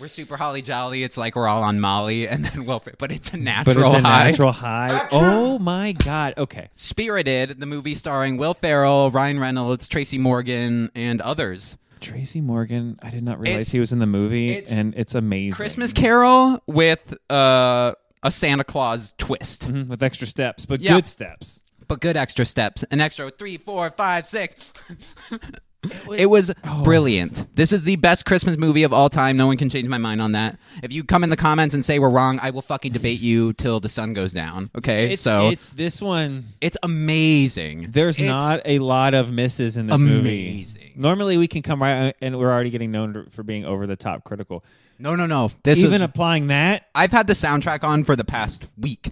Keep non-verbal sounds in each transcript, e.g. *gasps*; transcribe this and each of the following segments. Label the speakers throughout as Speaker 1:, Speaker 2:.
Speaker 1: We're super holly jolly. It's like we're all on Molly, and then well, but it's a natural
Speaker 2: but it's a
Speaker 1: high. *laughs*
Speaker 2: natural
Speaker 1: Ah,
Speaker 2: high. Oh my god. Okay.
Speaker 1: Spirited, the movie starring Will Ferrell, Ryan Reynolds, Tracy Morgan, and others.
Speaker 2: Tracy Morgan. I did not realize
Speaker 1: It's-
Speaker 2: he was in the movie,
Speaker 1: it's
Speaker 2: and it's amazing.
Speaker 1: Christmas Carol with uh, a Santa Claus twist,
Speaker 2: Mhm, with extra steps, but
Speaker 1: Yeah.
Speaker 2: good steps.
Speaker 1: but good extra steps. An extra three, four, five, six. It was brilliant. This is the best Christmas movie of all time. No one can change my mind on that. If you come in the comments and say we're wrong, I will fucking debate you till the sun goes down. Okay,
Speaker 2: It's,
Speaker 1: so
Speaker 2: it's this one.
Speaker 1: It's amazing.
Speaker 2: There's
Speaker 1: It's-
Speaker 2: not a lot of misses in this
Speaker 1: Amazing.
Speaker 2: movie. Normally, we can come right, uh, and we're already getting known for being over the top critical.
Speaker 1: no, no, no. This
Speaker 2: Even
Speaker 1: is.
Speaker 2: applying that,
Speaker 1: I've had the soundtrack on for the past week,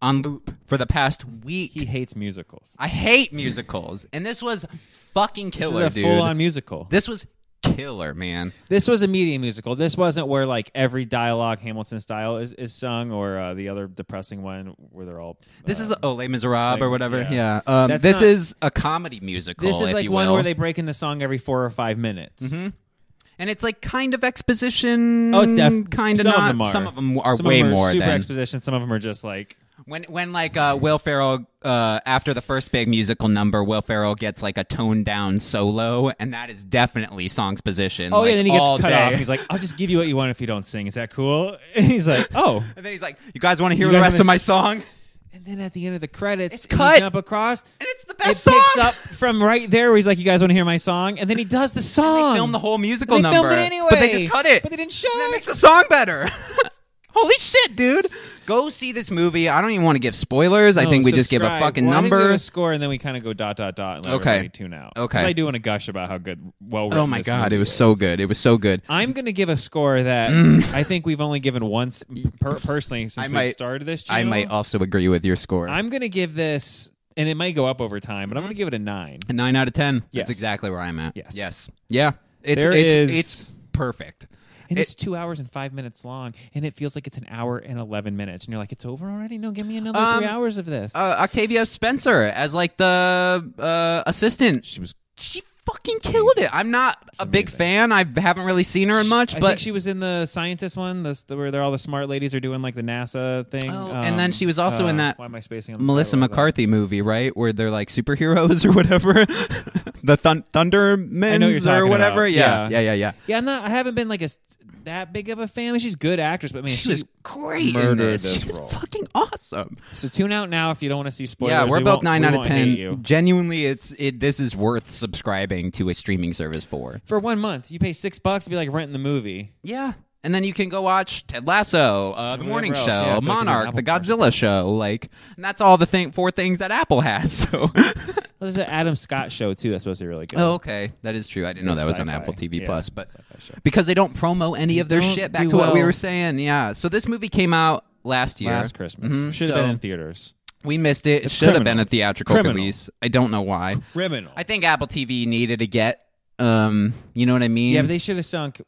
Speaker 1: on loop for the past week.
Speaker 2: he hates musicals.
Speaker 1: I hate musicals, and this was fucking killer,
Speaker 2: this is a
Speaker 1: dude.
Speaker 2: full-on musical.
Speaker 1: this was killer, man.
Speaker 2: This was a media musical. This wasn't where like every dialogue Hamilton style is, is sung, or uh, the other depressing one where they're all.
Speaker 1: This
Speaker 2: uh,
Speaker 1: is oh, Les Miserables or
Speaker 2: like,
Speaker 1: whatever. Yeah,
Speaker 2: yeah.
Speaker 1: Um,
Speaker 2: That's
Speaker 1: this
Speaker 2: not-
Speaker 1: is a comedy musical.
Speaker 2: this
Speaker 1: if
Speaker 2: is like
Speaker 1: you will.
Speaker 2: one
Speaker 1: Mm-hmm.
Speaker 2: where they break into song every four or five minutes.
Speaker 1: and it's like kind of exposition.
Speaker 2: Oh, it's def-
Speaker 1: kind of Mm,
Speaker 2: some
Speaker 1: not.
Speaker 2: Of them are.
Speaker 1: Some of them are
Speaker 2: Some of
Speaker 1: way
Speaker 2: them
Speaker 1: more
Speaker 2: super
Speaker 1: than
Speaker 2: exposition. Some of them are just like
Speaker 1: When when like uh, Will Ferrell uh, after the first big musical number, Will Ferrell gets like a toned down solo, and that is definitely song's position.
Speaker 2: Oh
Speaker 1: like,
Speaker 2: yeah, then he gets
Speaker 1: all
Speaker 2: cut
Speaker 1: day. *laughs*
Speaker 2: off. He's like, "I'll just give you what you want if you don't sing. Is that cool?" *laughs* And he's like, "Oh."
Speaker 1: and then he's like, "You guys want to hear
Speaker 2: You
Speaker 1: the rest
Speaker 2: guys wanna
Speaker 1: of my
Speaker 2: s-
Speaker 1: song?" And
Speaker 2: And then at the end of the credits,
Speaker 1: It's
Speaker 2: and
Speaker 1: cut.
Speaker 2: you jump across. And
Speaker 1: it's the
Speaker 2: it
Speaker 1: best song.
Speaker 2: picks up from right there where he's like, "You guys want to hear my song?" And then he does the song.
Speaker 1: Film the whole musical
Speaker 2: They
Speaker 1: number,
Speaker 2: filmed it anyway,
Speaker 1: but they just cut it.
Speaker 2: But they didn't show
Speaker 1: *laughs* And that makes
Speaker 2: us.
Speaker 1: the song
Speaker 2: *laughs*
Speaker 1: better. *laughs* Holy shit, dude! Go see this movie. I don't even want to give spoilers. I
Speaker 2: No,
Speaker 1: think we just give a
Speaker 2: subscribe.
Speaker 1: fucking
Speaker 2: Well, I think we
Speaker 1: number.
Speaker 2: give a score, and then we kind of go dot dot dot and let
Speaker 1: Okay.
Speaker 2: everybody tune out. 'Cause
Speaker 1: Okay.
Speaker 2: I do want to gush about how good, well,
Speaker 1: oh my god, it was so good. It was so good.
Speaker 2: I'm gonna give a score that I think we've only given once per- personally since
Speaker 1: Mm. I
Speaker 2: we
Speaker 1: might-
Speaker 2: started this. Channel.
Speaker 1: I might also agree with your score.
Speaker 2: I'm gonna give this, and it might go up over time, but I'm gonna give it a nine.
Speaker 1: A nine out of ten. That's
Speaker 2: Yes.
Speaker 1: exactly where I'm at.
Speaker 2: Yes.
Speaker 1: Yes. Yeah. It's
Speaker 2: There
Speaker 1: it's,
Speaker 2: is-
Speaker 1: it's perfect.
Speaker 2: And
Speaker 1: It-
Speaker 2: it's two hours and five minutes long, and it feels like it's an hour and eleven minutes. And you're like, it's over already? No, give me another
Speaker 1: Um,
Speaker 2: three hours of this.
Speaker 1: Uh, Octavia Spencer as like the uh, assistant.
Speaker 2: she was.
Speaker 1: She fucking killed it. I'm not a big
Speaker 2: amazing.
Speaker 1: fan. I haven't really seen her in much,
Speaker 2: I
Speaker 1: but
Speaker 2: think she was in the scientist one, this the, where they're all the smart ladies are doing like the NASA thing. Um,
Speaker 1: Oh, and then she was also in that
Speaker 2: Why am I spacing? On the
Speaker 1: Melissa
Speaker 2: title of that?
Speaker 1: McCarthy movie, right, where they're like superheroes *laughs* or whatever, the thun-
Speaker 2: I know what you're
Speaker 1: Thundermen or
Speaker 2: talking
Speaker 1: whatever.
Speaker 2: about.
Speaker 1: Yeah. yeah,
Speaker 2: Yeah.
Speaker 1: yeah, yeah,
Speaker 2: Yeah, I'm not. I haven't been like a s- that big of a fan. She's a good actress, but man,
Speaker 1: She was great in
Speaker 2: murdered
Speaker 1: this. She
Speaker 2: this
Speaker 1: was
Speaker 2: role.
Speaker 1: fucking awesome.
Speaker 2: So tune out now if you don't want to see spoilers.
Speaker 1: yeah, we're
Speaker 2: We
Speaker 1: about
Speaker 2: won't-
Speaker 1: nine
Speaker 2: we
Speaker 1: out of
Speaker 2: won't hate
Speaker 1: ten.
Speaker 2: you.
Speaker 1: Genuinely, it's it. This is worth subscribing to a streaming service for.
Speaker 2: For one month, you pay six bucks to be like renting the movie.
Speaker 1: Yeah, and then you can go watch Ted Lasso, uh, The
Speaker 2: whatever
Speaker 1: Morning
Speaker 2: else.
Speaker 1: Show,
Speaker 2: Yeah, I feel like it's on
Speaker 1: Monarch, The
Speaker 2: Apple
Speaker 1: Godzilla Show. Like, and that's all the thing four things that Apple has. *laughs* So,
Speaker 2: Well, there's an Adam Scott show too. That's supposed to be really good.
Speaker 1: oh, okay, that is true. I didn't know that was on
Speaker 2: Sci-fi.
Speaker 1: Apple TV
Speaker 2: Yeah,
Speaker 1: Plus, but
Speaker 2: sci-fi show.
Speaker 1: because they don't promo any of their
Speaker 2: don't
Speaker 1: shit. Back
Speaker 2: do
Speaker 1: to what we
Speaker 2: well.
Speaker 1: were saying. Yeah. So this movie came out last year.
Speaker 2: last Christmas
Speaker 1: Mhm,
Speaker 2: should have
Speaker 1: so
Speaker 2: been in theaters.
Speaker 1: we missed it. It should have been
Speaker 2: criminal.
Speaker 1: a theatrical
Speaker 2: Criminal.
Speaker 1: release. I don't know why.
Speaker 2: Criminal.
Speaker 1: I think Apple TV needed to get. Um, you know what I mean?
Speaker 2: yeah, but they should have sunk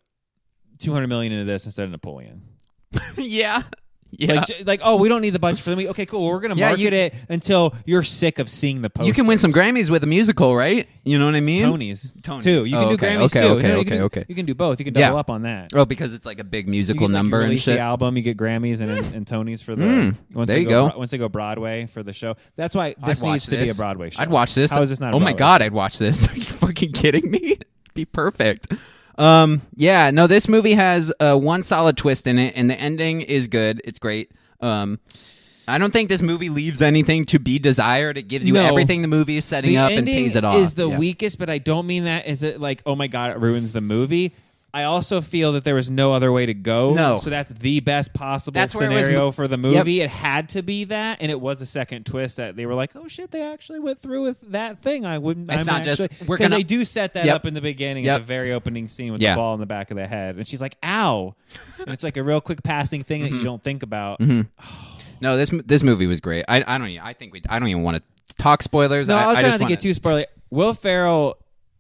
Speaker 2: two hundred million into this instead of Napoleon.
Speaker 1: *laughs* yeah, yeah.
Speaker 2: Like, j- like, oh, we don't need the budget for the movie. Okay, cool. Well, we're gonna
Speaker 1: Yeah,
Speaker 2: market
Speaker 1: you-
Speaker 2: it until you're sick of seeing the post.
Speaker 1: you can win some Grammys with a musical, right? You know what I mean?
Speaker 2: Tonys,
Speaker 1: Tonys.
Speaker 2: too. You can
Speaker 1: Oh,
Speaker 2: do
Speaker 1: okay,
Speaker 2: Grammys
Speaker 1: okay,
Speaker 2: too.
Speaker 1: okay,
Speaker 2: No, you
Speaker 1: okay,
Speaker 2: can do,
Speaker 1: okay.
Speaker 2: You can do both. You can
Speaker 1: Yeah.
Speaker 2: double up on that.
Speaker 1: Oh, because it's like a big musical
Speaker 2: You can, like, you
Speaker 1: number and
Speaker 2: release
Speaker 1: shit. Hmm.
Speaker 2: The album you get Grammys and, and Tonys for the once
Speaker 1: there
Speaker 2: they
Speaker 1: you
Speaker 2: go,
Speaker 1: go.
Speaker 2: Bro- once they go Broadway for the show. That's why this
Speaker 1: I'd watch
Speaker 2: needs to be a
Speaker 1: this.
Speaker 2: Broadway show.
Speaker 1: I'd watch this.
Speaker 2: How is this not? a
Speaker 1: oh my
Speaker 2: Broadway
Speaker 1: god, I'd watch this. *laughs* Are you fucking kidding me? *laughs* It'd be perfect. Um, yeah, no, this movie has uh, one solid twist in it, and the ending is good. It's great. Um, I don't think this movie leaves anything to be desired. It gives you
Speaker 2: No.
Speaker 1: everything the movie is setting
Speaker 2: the
Speaker 1: up and
Speaker 2: ending
Speaker 1: pays it off.
Speaker 2: Is the
Speaker 1: Yeah.
Speaker 2: weakest, but I don't mean that. Is it like, oh my god, it ruins the movie? I also feel that there was no other way to go.
Speaker 1: No.
Speaker 2: so that's the best possible
Speaker 1: That's where it was
Speaker 2: scenario
Speaker 1: mo-
Speaker 2: for the movie. It had to be that, and it was a second twist that they were like, oh shit, they actually went through with that thing. I wouldn't.
Speaker 1: It's
Speaker 2: I'm
Speaker 1: not just,
Speaker 2: actually-
Speaker 1: we're
Speaker 2: 'cause
Speaker 1: gonna-
Speaker 2: they do set that
Speaker 1: Yep.
Speaker 2: up in the beginning,
Speaker 1: Yep.
Speaker 2: at the very opening scene with
Speaker 1: Yeah.
Speaker 2: the ball in the back of the head, and she's like, ow, and it's like a real quick passing thing that you
Speaker 1: Mm-hmm.
Speaker 2: don't think about.
Speaker 1: no this m- this movie was great. I I don't e- I think we I don't even want to talk spoilers.
Speaker 2: No, I,
Speaker 1: I,
Speaker 2: was
Speaker 1: I
Speaker 2: trying
Speaker 1: just
Speaker 2: not to
Speaker 1: wanna-
Speaker 2: get too spoily. Will Ferrell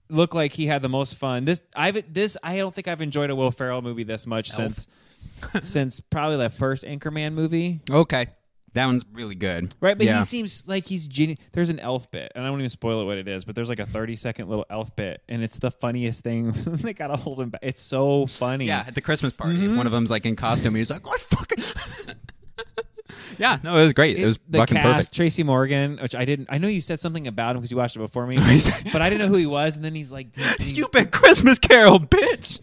Speaker 2: looked like he had the most fun. This I've this I don't think I've enjoyed a Will *laughs* Ferrell movie this much since since probably that first Anchorman movie.
Speaker 1: Okay, That one's really good.
Speaker 2: Right, but
Speaker 1: yeah.
Speaker 2: he seems like he's genius. There's an elf bit, and I won't even spoil it what it is, but there's like a 30 second little elf bit, and it's the funniest thing. *laughs* they gotta hold him back. It's so funny.
Speaker 1: Yeah, at the Christmas party,
Speaker 2: Mm-hmm.
Speaker 1: one of them's like in costume. He's like, "What fucking?" *laughs* yeah, no, it was great. It, was
Speaker 2: the
Speaker 1: fucking
Speaker 2: cast,
Speaker 1: perfect.
Speaker 2: Tracy Morgan, which I didn't. I know you said something about him because you watched it
Speaker 1: *laughs*
Speaker 2: before me,
Speaker 1: He said-
Speaker 2: but I didn't know who he was. And then he's like,
Speaker 1: *laughs*
Speaker 2: he's- he's-
Speaker 1: You've been Christmas Carol, bitch.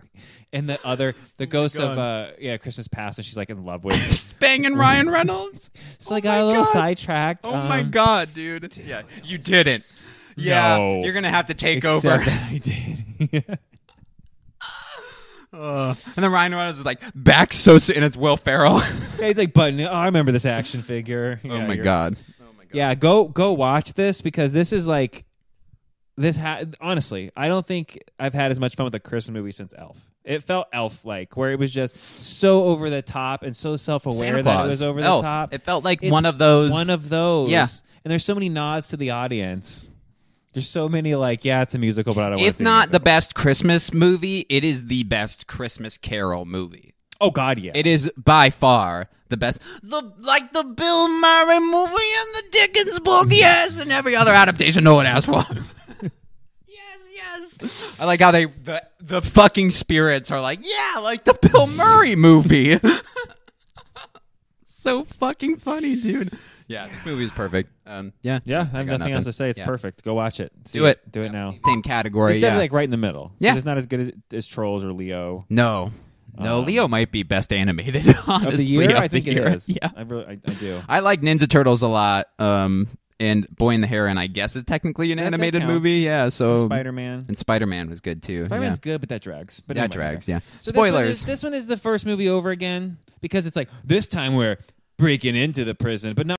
Speaker 1: *laughs*
Speaker 2: and the other, the
Speaker 1: Oh
Speaker 2: ghost of uh, yeah, Christmas Past, and she's like in
Speaker 1: *gasps*
Speaker 2: love with. *laughs*
Speaker 1: Banging Ryan Reynolds.
Speaker 2: So I
Speaker 1: Oh
Speaker 2: got
Speaker 1: my
Speaker 2: a little
Speaker 1: God.
Speaker 2: sidetracked.
Speaker 1: Oh my
Speaker 2: um,
Speaker 1: god, dude. Yeah, you didn't. Yeah,
Speaker 2: No.
Speaker 1: you're gonna have to take
Speaker 2: except
Speaker 1: over.
Speaker 2: that I did.
Speaker 1: *laughs*
Speaker 2: *laughs*
Speaker 1: And then Ryan Reynolds is like back so soon, and it's Will Ferrell. *laughs*
Speaker 2: Yeah, he's like button. Oh, I remember this action figure.
Speaker 1: oh
Speaker 2: Yeah,
Speaker 1: my
Speaker 2: you're-
Speaker 1: god.
Speaker 2: Yeah, go go watch this because this is like this. Ha- honestly, I don't think I've had as much fun with a Christmas movie since Elf. It felt Elf like, where it was just so over the top and so self
Speaker 1: Santa
Speaker 2: aware that
Speaker 1: Claus.
Speaker 2: it was over
Speaker 1: Elf.
Speaker 2: the top.
Speaker 1: It felt like
Speaker 2: It's
Speaker 1: one of those.
Speaker 2: One of those.
Speaker 1: Yeah.
Speaker 2: and there's so many nods to the audience. There's so many like, yeah, it's a musical, but I don't. want it
Speaker 1: if
Speaker 2: to be a
Speaker 1: not the
Speaker 2: musical.
Speaker 1: best Christmas movie, it is the best Christmas Carol movie.
Speaker 2: oh god, yeah.
Speaker 1: It is by far the best. The like the Bill Murray movie and the Dickens
Speaker 2: *laughs*
Speaker 1: book, yes, and every other adaptation no one asked for. yes, yes. I like how they the the fucking spirits are like, yeah, like the Bill Murray movie. *laughs* so fucking funny, dude. Yeah, this movie is perfect. Um, yeah,
Speaker 2: yeah, I have nothing,
Speaker 1: got
Speaker 2: else to say. It's
Speaker 1: Yeah.
Speaker 2: perfect. Go watch it. See
Speaker 1: Do it.
Speaker 2: Do it now.
Speaker 1: Same category.
Speaker 2: It's
Speaker 1: yeah.
Speaker 2: definitely like right in the middle.
Speaker 1: Yeah.
Speaker 2: it's not as good as, as Trolls or Leo.
Speaker 1: no, no. Leo might be best animated. *laughs* Honestly,
Speaker 2: Uh, of the year.
Speaker 1: of
Speaker 2: I
Speaker 1: the
Speaker 2: think
Speaker 1: year.
Speaker 2: it
Speaker 1: *laughs*
Speaker 2: is.
Speaker 1: Yeah. Um,
Speaker 2: I really, I, I
Speaker 1: *laughs*
Speaker 2: do.
Speaker 1: I like Ninja Turtles a lot. Um, and Boy in the Heron, I guess, is technically an
Speaker 2: That- that
Speaker 1: animated
Speaker 2: counts.
Speaker 1: movie. Yeah. So
Speaker 2: Spider Man.
Speaker 1: and Spider Man was good too.
Speaker 2: Spider Man's
Speaker 1: yeah.
Speaker 2: good, but that drags. But
Speaker 1: That
Speaker 2: anyway,
Speaker 1: drags.
Speaker 2: okay.
Speaker 1: Yeah.
Speaker 2: So this one
Speaker 1: Spoilers.
Speaker 2: is- This one, is, the first movie over again because it's like this time we're breaking into the prison, but not.